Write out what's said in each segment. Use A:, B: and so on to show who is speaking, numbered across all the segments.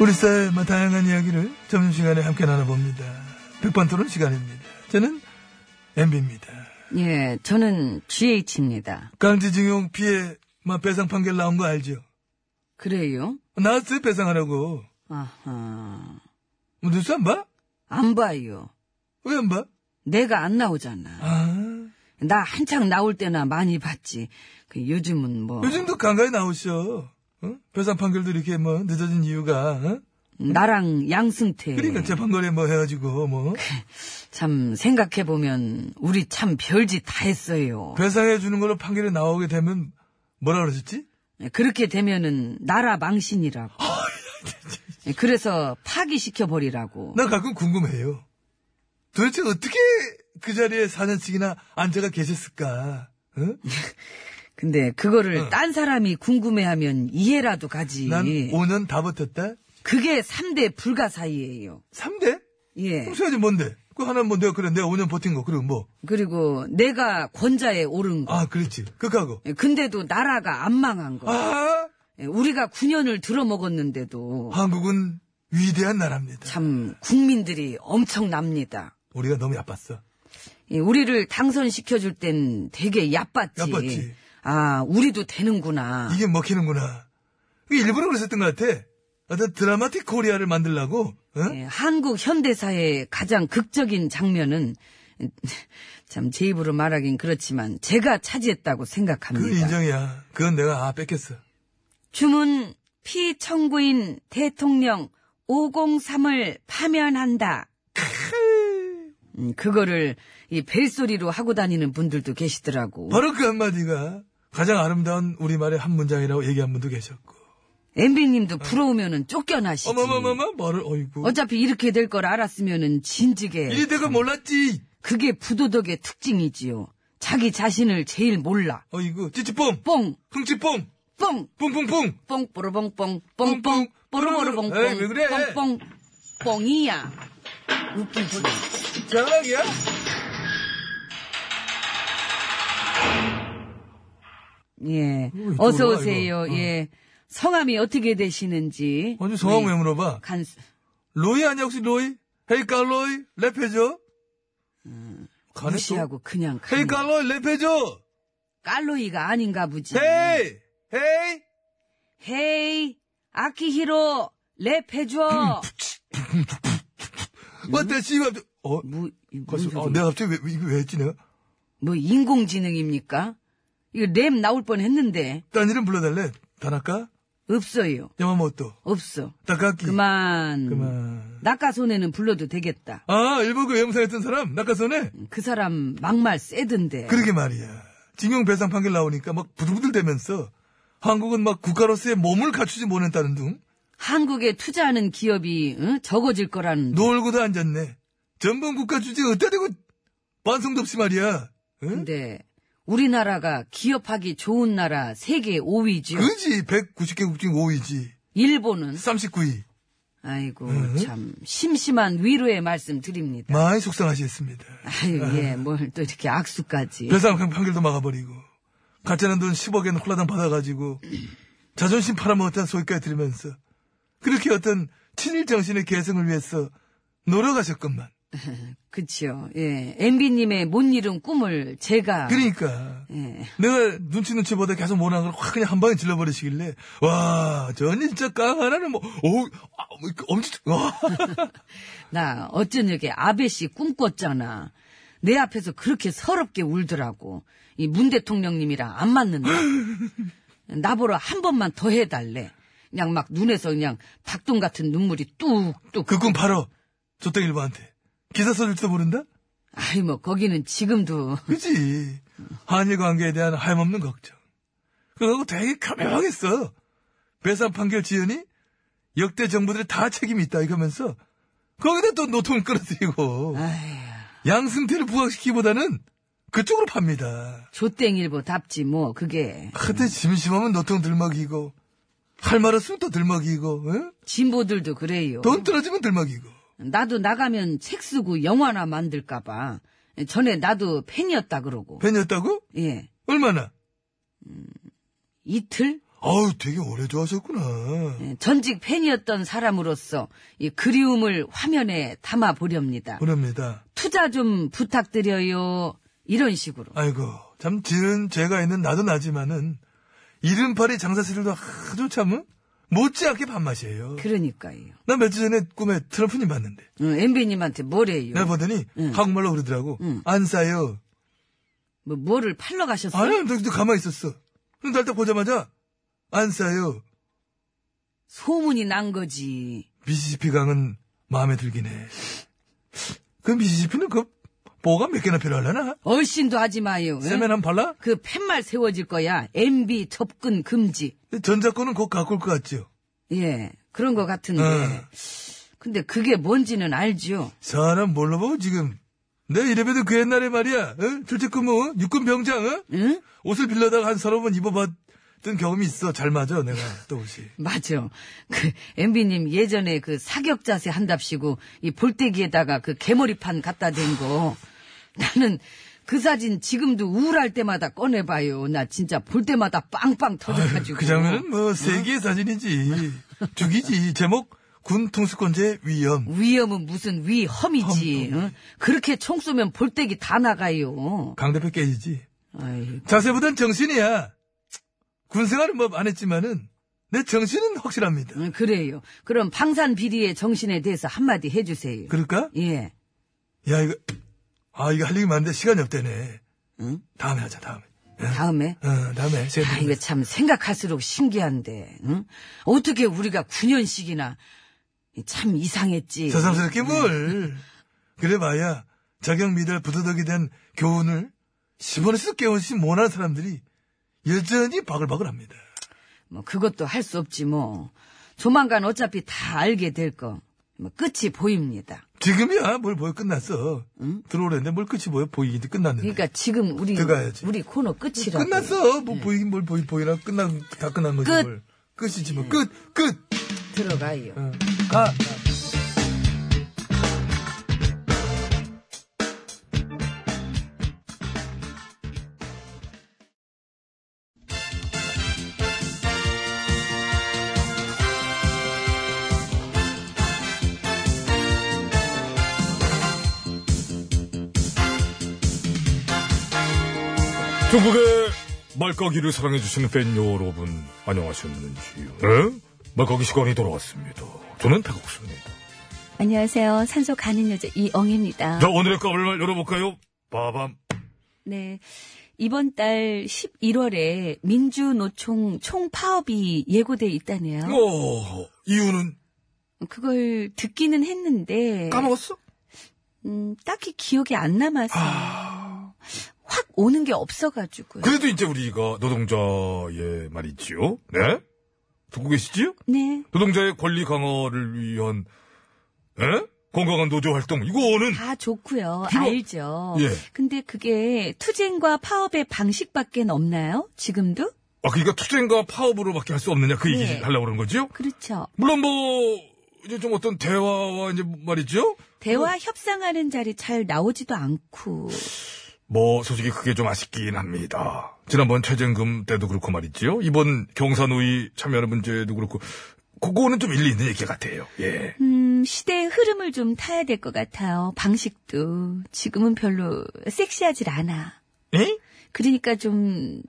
A: 우리 사회의 뭐 다양한 이야기를 점심시간에 함께 나눠봅니다. 백반토론 시간입니다. 저는 MB입니다.
B: 예, 저는 GH입니다.
A: 강제징용 피해 막 배상 판결 나온 거 알죠?
B: 그래요?
A: 나왔어요 배상하라고.
B: 아하.
A: 뭐 뉴스 안 봐?
B: 안 봐요.
A: 왜 안 봐?
B: 내가 안 나오잖아.
A: 아
B: 나 한창 나올 때나 많이 봤지. 그 요즘은 뭐.
A: 요즘도 간간히 나오셔. 어? 배상 판결도 이렇게 뭐 늦어진 이유가 어?
B: 나랑 양승태.
A: 그러니까 재판거래 뭐 해가지고 뭐
B: 참 생각해보면 우리 참 별짓 다 했어요.
A: 배상해 주는 걸로 판결이 나오게 되면 뭐라 그러셨지?
B: 예, 그렇게 되면은 나라 망신이라고. 예, 그래서 파기시켜버리라고.
A: 나 가끔 궁금해요. 도대체 어떻게 그 자리에 4년씩이나 앉아가 계셨을까? 응?
B: 예. 근데 그거를 딴 사람이 궁금해하면 이해라도 가지.
A: 난 5년 다 버텼다?
B: 그게 3대 불가사의예요.
A: 3대?
B: 예.
A: 홍수야지 뭔데? 그 하나는 뭐 내가 그래, 내가 5년 버틴 거, 그리고 뭐.
B: 그리고 내가 권자에 오른 거.
A: 아, 그렇지. 극하고.
B: 예, 근데도 나라가 안 망한 거.
A: 아!
B: 예, 우리가 9년을 들어먹었는데도
A: 한국은 위대한 나라입니다.
B: 참 국민들이 엄청납니다.
A: 우리가 너무 야빴어.
B: 예, 우리를 당선시켜줄 땐 되게 얕봤지.
A: 얕봤지.
B: 아, 우리도 되는구나.
A: 이게 먹히는구나. 이게 일부러 그랬었던 것 같아. 어떤 드라마틱 코리아를 만들라고, 응?
B: 예, 한국 현대사의 가장 극적인 장면은 참 제 입으로 말하긴 그렇지만 제가 차지했다고 생각합니다.
A: 그 인정이야. 그건 내가, 아, 뺏겼어.
B: 주문 피청구인 대통령 503을 파면한다. 음, 그거를 이 벨소리로 하고 다니는 분들도 계시더라고.
A: 바로 그 한마디가 가장 아름다운 우리말의 한 문장이라고 얘기한 분도 계셨고.
B: 엠비님도 부러우면은 쫓겨나시지.
A: 어머머머머, 말을, 어이구.
B: 어차피 이렇게 될 걸 알았으면은 진즉에
A: 이리 내가 몰랐지.
B: 그게 부도덕의 특징이지요. 자기 자신을 제일 몰라.
A: 어이구, 찌찌뽕,
B: 뽕,
A: 흥찌뽕,
B: 뽕,
A: 뿡뿡뿡.
B: 뽕, 뽀로뽕뽕, 뽕뽕, 뽀로뽀로뽕뽕,
A: 에이, 왜 그래?
B: 뽕뽕, 뽕이야. 웃기지.
A: 장난이야?
B: 예.
A: 이거 이쪽으로
B: 어서
A: 와,
B: 오세요.
A: 이거. 어.
B: 예. 성함이 어떻게 되시는지.
A: 아니, 성함
B: 우리
A: 왜 물어봐?
B: 간,
A: 로이 아니야, 혹시 로이? 헤이 깔로이? 랩해줘? 간에
B: 음, 무시하고 그냥
A: 또? 헤이
B: 간,
A: 깔로이, 랩해줘!
B: 깔로이가 아닌가 보지.
A: 헤이! 헤이!
B: 헤이, 아키히로
A: 음,
B: 랩해줘. 음?
A: 왔다, 씨발. 어?
B: 뭐, 이거 뭔
A: 가슴, 아,
B: 소리야?
A: 내가 갑자기 왜, 이거 왜 했지, 내가?
B: 뭐 인공지능입니까? 이거 랩 나올 뻔 했는데
A: 딴 이름 불러달래. 다나까?
B: 없어요.
A: 야마모토.
B: 없어.
A: 다카키.
B: 그만.
A: 그만.
B: 낙하손에는 불러도 되겠다.
A: 아, 일본 그 염상했던 사람? 낙하선에?
B: 그 사람 막말 세던데.
A: 그러게 말이야. 징용 배상 판결 나오니까 막 부들부들 대면서 한국은 막 국가로서의 몸을 갖추지 못했다는 둥
B: 한국에 투자하는 기업이 응? 적어질 거라는
A: 놀고도 앉았네. 전범 국가 주제 어때 되고 반성도 없이 말이야. 응?
B: 근데 네. 우리나라가 기업하기 좋은 나라 세계 5위죠.
A: 그지 190개국 중 5위지.
B: 일본은
A: 39위.
B: 아이고 참 심심한 위로의 말씀 드립니다.
A: 많이 속상하시겠습니다.
B: 아유 예, 뭘 또 이렇게 악수까지.
A: 배상 그 판결도 막아버리고 가짜는 돈 10억엔 홀라당 받아가지고 자존심 팔아먹었다는 소리까지 들으면서 그렇게 어떤 친일 정신의 계승을 위해서 노력하셨건만
B: 그치요. 예. MB님의 못 이룬 꿈을 제가.
A: 그러니까.
B: 예.
A: 내가 눈치 눈치 보다 계속 못한 걸 확 그냥 한 방에 질러버리시길래 와 저는 진짜 깡 하나는 뭐오 엄지 와
B: 나 어쩌냐게 아베 씨 꿈꿨잖아. 내 앞에서 그렇게 서럽게 울더라고. 이 문 대통령님이랑 안 맞는다. 나보러 한 번만 더 해달래. 그냥 막 눈에서 그냥 닭똥 같은 눈물이 뚝뚝.
A: 그 꿈 바로 조땡 일보한테 기사 써줄지도 모른다.
B: 아이 뭐 거기는 지금도
A: 그지 한일 관계에 대한 하염없는 걱정. 그거하고 되게 가명하겠어. 배상 판결 지연이 역대 정부들이 다 책임이 있다 이러면서 거기다 또 노통을 끌어들이고
B: 아휴,
A: 양승태를 부각시키기보다는 그쪽으로 팝니다.
B: 조땡일보 답지 뭐 그게
A: 하여튼 심심하면 노통 들먹이고 할 말 없으면 또 들먹이고 응?
B: 진보들도 그래요.
A: 돈 떨어지면 들먹이고
B: 나도 나가면 책 쓰고 영화나 만들까봐 전에 나도 팬이었다 그러고
A: 팬이었다고?
B: 예
A: 얼마나?
B: 이틀
A: 아우 되게 오래 좋아하셨구나.
B: 예, 전직 팬이었던 사람으로서 이 그리움을 화면에 담아 보렵니다.
A: 보냅니다.
B: 투자 좀 부탁드려요. 이런 식으로.
A: 아이고 참 지은 죄가 있는 나도 나지만은 이른팔이 장사스릴도 아주 참 못지않게 밥맛이에요.
B: 그러니까요. 어,
A: 나 며칠 전에 꿈에 트럼프님 봤는데
B: 엠비님한테 뭐래요?
A: 내가 보더니 한국말로 그러더라고.
B: 예. 응.
A: 안 싸요.
B: 뭐 뭐를 팔러 가셨어요?
A: 아니 너, 너 가만히 있었어. 근데 날딱 보자마자 안 싸요.
B: 소문이 난 거지.
A: 미시시피 강은 마음에 들긴 해. 그 미시시피는 그 뭐가 몇 개나 필요하려나?
B: 얼씬도 하지 마요. 응?
A: 세면 한 발라?
B: 그 팻말 세워질 거야. MB 접근 금지.
A: 전자권은 곧 갖고 올 것 같죠?
B: 예, 그런 거 같은데.
A: 어.
B: 근데 그게 뭔지는 알죠.
A: 사람 뭘로 보고 지금. 내 이래봬도 그 옛날에 말이야. 어? 출직근무 어? 육군 병장 어?
B: 응?
A: 옷을 빌려다가 한 서너 번 입어봤던 경험이 있어. 잘 맞아 내가 또 옷이.
B: 맞아. 그 MB님 예전에 그 사격 자세 한답시고 이 볼때기에다가 그 개머리판 갖다 댄 거. 나는 그 사진 지금도 우울할 때마다 꺼내봐요. 나 진짜 볼 때마다 빵빵 터져가지고.
A: 그 장면은 뭐 세계의 사진이지. 죽이지. 제목 군 통수권제 위험.
B: 위험은 무슨 위험이지. 응? 그렇게 총 쏘면 볼때기 다 나가요.
A: 강 대표 깨지지.
B: 아이,
A: 자세보단 정신이야. 군생활은 뭐 안 했지만은 내 정신은 확실합니다.
B: 음, 그래요. 그럼 방산 비리의 정신에 대해서 한마디 해주세요.
A: 그럴까?
B: 예.
A: 야 이거 아 이거 할 얘기 많은데 시간이 없다네.
B: 응?
A: 다음에 하자 다음에.
B: 다음에.
A: 어 다음에. 시간
B: 아,
A: 되면.
B: 이거 참 생각할수록 신기한데, 응? 어떻게 우리가 9년씩이나 참 이상했지.
A: 새삼스럽게 뭘. 그래봐야 자격 미달 부도덕이 된 교훈을 10원에서 깨우지 못하는 사람들이 여전히 바글바글합니다.
B: 뭐 그것도 할 수 없지 뭐. 조만간 어차피 다 알게 될 거. 뭐 끝이 보입니다.
A: 지금이야 뭘 보여 끝났어. 들어오랬는데 뭘 끝이 보여 보이기도 끝났는데.
B: 그러니까 지금 우리
A: 들어가야지.
B: 우리 코너 끝이라.
A: 네. 끝났어. 뭐 보이긴 뭘 보이 보이나 끝나 다 끝난 거지
B: 끝. 예.
A: 뭘. 끝이지 뭐. 끝 끝.
B: 들어가요.
A: 어. 가.
C: 중국의 말까기를 사랑해주시는 팬 여러분, 안녕하셨는지요? 네? 말까기 시간이 돌아왔습니다. 저는 백옥수입니다.
D: 안녕하세요. 산소 가는 여자 이엉입니다.
C: 자, 오늘의 까불말 열어볼까요? 빠밤.
D: 네. 이번 달 11월에 민주노총 총파업이 예고돼 있다네요.
A: 뭐,
C: 어, 이유는?
D: 그걸 듣기는 했는데
C: 까먹었어?
D: 음, 딱히 기억이 안 남아서 확 오는 게 없어가지고요.
C: 네. 그래도 이제 우리가 노동자의 말이지요? 네? 듣고 계시지요?
D: 네.
C: 노동자의 권리 강화를 위한, 예? 건강한 노조 활동, 이거는,
D: 다 좋고요.
C: 피로-
B: 아.
D: 알죠.
C: 예.
D: 근데 그게 투쟁과 파업의 방식밖엔 없나요? 지금도?
C: 아, 그러니까 투쟁과 파업으로밖에 할 수 없느냐, 그 얘기
D: 네.
C: 하려고 그러는 거지요?
D: 그렇죠.
C: 물론 뭐, 이제 좀 어떤 대화와 이제 말이죠? 어.
D: 대화 협상하는 자리 잘 나오지도 않고.
C: 뭐, 솔직히 그게 좀 아쉽긴 합니다. 지난번 최저임금 때도 그렇고 말이지요. 이번 경사노위 참여하는 문제도 그렇고, 그거는 좀 일리 있는 얘기 같아요. 예.
D: 음,
B: 좀 시대의 흐름을 좀 타야 될 것 같아요. 방식도 지금은 별로 섹시하질 않아.
A: 에?
B: 그러니까 좀,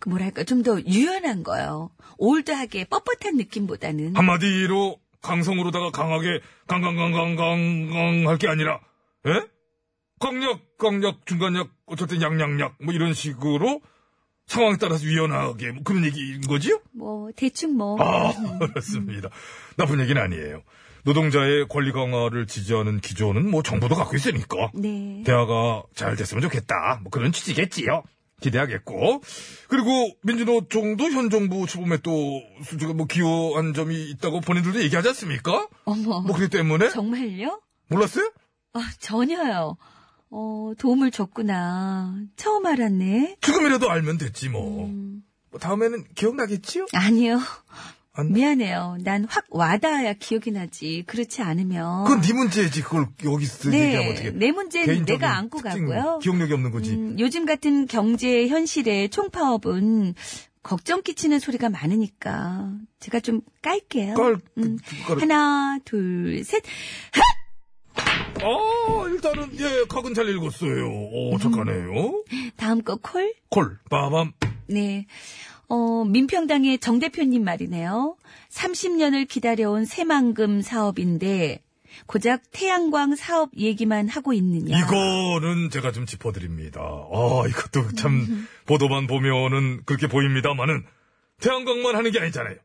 B: 그 뭐랄까, 좀 더 유연한 거요. 올드하게 뻣뻣한 느낌보다는.
C: 아.
A: 한마디로 강성으로다가 강하게 강강강강강강 할 게 아니라 에? 강력 강력 중간력 어쨌든 양양약 뭐 이런 식으로 상황에 따라서 유연하게 뭐 그런 얘기인 거지요?
B: 뭐, 대충 뭐.
A: 아, 그렇습니다. 나쁜 얘기는 아니에요. 노동자의 권리 강화를 지지하는 기조는 뭐 정부도 갖고 있으니까
B: 네.
A: 대화가 잘 됐으면 좋겠다. 뭐 그런 취지겠지요. 기대하겠고 그리고 민주노총도 현 정부 출범에 또 솔직히 뭐 기여한 점이 있다고 본인들도 얘기하지 않습니까?
B: 어머.
A: 뭐 그렇기 때문에
B: 정말요?
A: 몰랐어요?
B: 아, 전혀요. 어, 도움을 줬구나. 처음 알았네.
A: 지금이라도 알면 됐지 뭐.
B: 음, 어.
A: 뭐 다음에는 기억나겠지요?
B: 아니요.
A: 안-
B: 미안해요. 난 확 와닿아야 기억이 나지. 그렇지 않으면.
A: 그건 네 문제지. 그걸 여기서 얘기하면
B: 네,
A: 어떻게?
B: 내 문제는
A: 개인적인
B: 내가 안고
A: 특징,
B: 가고요.
A: 기억력이 없는 거지.
B: 음, 요즘 같은 경제 현실의 총파업은 걱정 끼치는 소리가 많으니까 제가 좀 깔게요.
A: 깔,
B: 음,
A: 깔-
B: 하나, 둘, 셋.
A: 아 일단은 예 각은 잘 읽었어요. 오 착하네요.
B: 다음 거 콜.
A: 콜 빠밤.
B: 네. 어, 민평당의 정 대표님 말이네요. 30년을 기다려온 새만금 사업인데 고작 태양광 사업 얘기만 하고 있느냐.
A: 이거는 제가 좀 짚어드립니다. 아, 이것도 참, 보도만 보면은 그렇게 보입니다만은, 태양광만 하는 게 아니잖아요.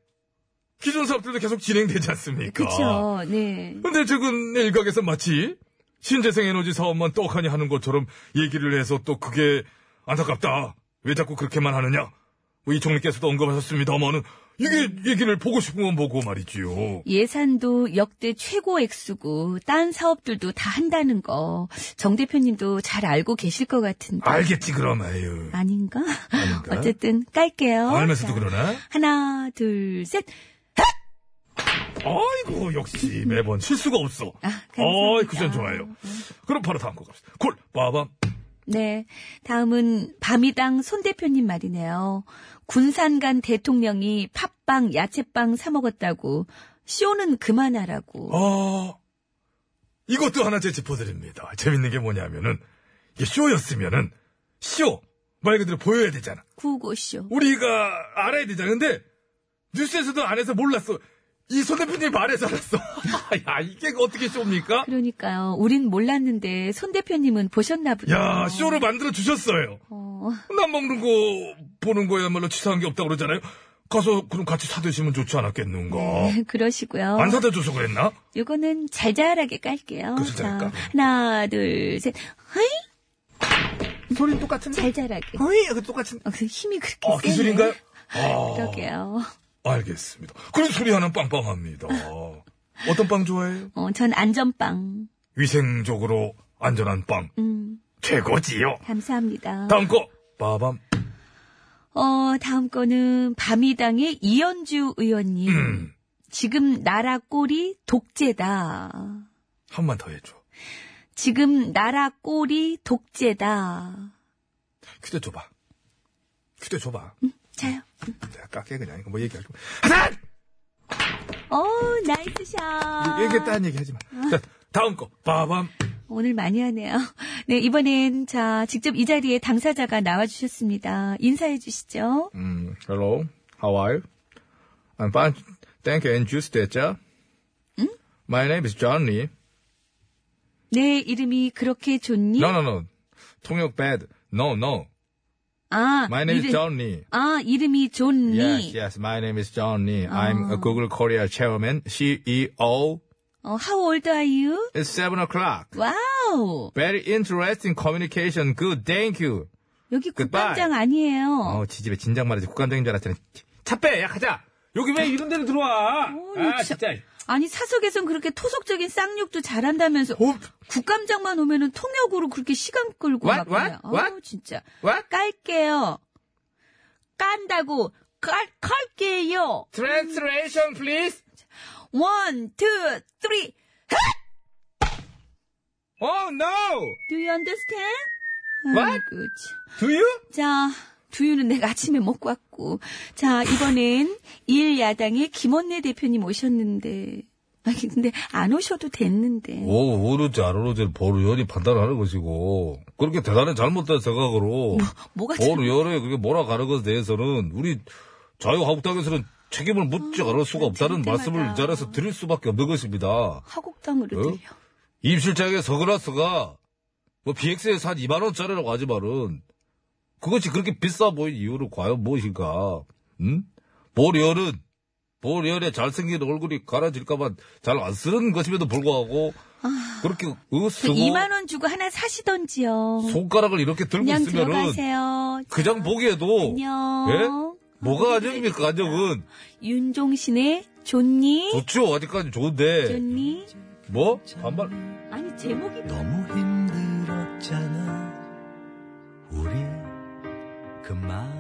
A: 기존 사업들도 계속 진행되지 않습니까?
B: 그렇죠. 네.
A: 근데 최근 일각에서 마치 신재생에너지 사업만 떡하니 하는 것처럼 얘기를 해서 또 그게 안타깝다. 왜 자꾸 그렇게만 하느냐. 뭐이 총리께서도 언급하셨습니다만은, 이게 얘기를 보고 싶으면 보고 말이지요.
B: 예산도 역대 최고 액수고 딴 사업들도 다 한다는 거 정 대표님도 잘 알고 계실 것 같은데
A: 알겠지, 그럼, 아유.
B: 아닌가?
A: 아닌가?
B: 어쨌든 깔게요.
A: 네? 알면서도
B: 자,
A: 그러나?
B: 하나 둘 셋.
A: 아이고 역시 매번 실수가 없어.
B: 아,
A: 어이
B: 감사합니다.
A: 그전 좋아요. 그럼 바로 다음 거 갑시다. 콜 빠밤.
B: 네. 다음은 밤이당 손 대표님 말이네요. 군산 간 대통령이 팥빵 야채빵 사 먹었다고 쇼는 그만하라고.
A: 아 이것도 하나 제 짚어드립니다. 재밌는 게 뭐냐면은 이게 쇼였으면은 쇼 말 그대로 보여야 되잖아.
B: 구호고쇼.
A: 우리가 알아야 되잖아. 근데 뉴스에서도 안 해서 몰랐어. 이 손 대표님 말해서 알았어. 야 이게 어떻게 쇼입니까?
B: 그러니까요. 우린 몰랐는데 손 대표님은 보셨나 보다.
A: 야 쇼를 만들어 주셨어요.
B: 어,
A: 남 먹는 거 보는 거야말로 치사한 게 없다고 그러잖아요. 가서 그럼 같이 사드시면 좋지 않았겠는가.
B: 네, 그러시고요.
A: 안 사다 줘서 그랬나?
B: 요거는 잘잘하게 깔게요.
A: 그래서 잘 깔고.
B: 하나, 둘, 셋. 헤이!
A: 소리 똑같은데?
B: 잘잘하게.
A: 어이, 그 똑같은.
B: 어, 그 힘이 그렇게
A: 아,
B: 세네.
A: 기술인가요?
B: 그러게요.
A: 아, 알겠습니다. 그런 소리 하나 빵빵합니다. 어떤 빵 좋아해요?
B: 어, 전 안전빵.
A: 위생적으로 안전한 빵.
B: 음,
A: 최고지요.
B: 감사합니다.
A: 다음 거. 빠밤.
B: 어, 다음 거는 밤이당의 이현주 의원님.
A: 음.
B: 지금 나라 꼴이 독재다.
A: 한 번 더 해줘.
B: 지금 나라 꼴이 독재다.
A: 휴대 줘봐. 휴대 줘봐.
B: 자요.
A: 내가 깎게 그냥. 이거 뭐 얘기할 거. 하산!
B: 어, 나이스 샷.
A: 얘기 딴 얘기 하지 마. 자, 다음 거. 빠밤.
B: 오늘 많이 하네요. 네, 이번엔 자, 직접 이 자리에 당사자가 나와 주셨습니다. 인사해 주시죠.
E: Mm, hello, how are you? I'm fine. Thank you, and you, teacher. My name is
B: 예?
E: Johnny.
B: 내 네, 이름이 그렇게 좋니?
E: No, no, no. 통역 bad. No, no.
B: 아,
E: My name is
B: 이름-
E: Johnny.
B: 아, 이름이 좋니?
E: Yes, yes. My name is Johnny.
B: 아.
E: I'm a Google Korea chairman, CEO.
B: 어, how old are you?
E: It's seven o'clock.
B: 와우.
E: Very interesting communication. Good, thank you.
B: 여기
E: Goodbye.
B: 국감장 아니에요.
E: 어, 지집에 진작 말하지 국감장인 줄 알았잖아. 차 빼, 야 가자. 여기 왜 이런 데로 들어와?
B: 어,
E: 아,
B: 진짜.
E: 진짜.
B: 아니 사석에선 그렇게 토속적인 쌍욕도 잘한다면서 국감장만 오면은 통역으로 그렇게 시간 끌고
E: What?
B: 막
E: What? What?
B: 아우 진짜
E: What?
B: 깔게요 깐다고 깔 깔게요
E: Translation, please.
B: 원, 투, 쓰리.
E: Oh no.
B: Do you understand?
E: What?
B: 아이고, 참.
E: Do you?
B: 자, 두유는 내가 아침에 먹고 왔고. 자, 이번엔 일야당의 김원내 대표님 오셨는데.
F: 아니, 근데 안 오셔도 됐는데.
A: 오, 오르지 안 오르지를 보루 연이 판단하는 것이고 그렇게 대단히 잘못된 생각으로
F: 뭐가 잘-
A: 보루 연에 그게 몰아가는 것에 대해서는 우리 자유한국당에서는 책임을 묻지 않을 수가 없다는
F: 그럴 때마다.
A: 말씀을 이 자리에서 드릴 수밖에 없는 것입니다.
F: 하곡당으로
A: 어?
F: 들려.
A: 임실장의 서그라스가 뭐 BX에 산 2만 원짜리라고 하지만은 그것이 그렇게 비싸 보인 이유는 과연 무엇인가? 응? 보리언은 보리언의 잘생긴 얼굴이 가라질까봐 잘 안 쓰는 것임에도 불구하고
F: 아,
A: 그렇게
F: 저
A: 으쓰고
F: 2만원 주고 하나 사시던지요.
A: 손가락을 이렇게 들고
F: 그냥
A: 있으면은
F: 들어가세요.
A: 그냥 보기에도
F: 안녕.
A: 뭐가 안정입니까? 안정은
F: 윤종신의 좋니?
A: 좋죠 아직까지 좋은데
F: 좋니?
A: 뭐 반말
F: 아니, 제목이
G: 너무 힘들었잖아 우리 그만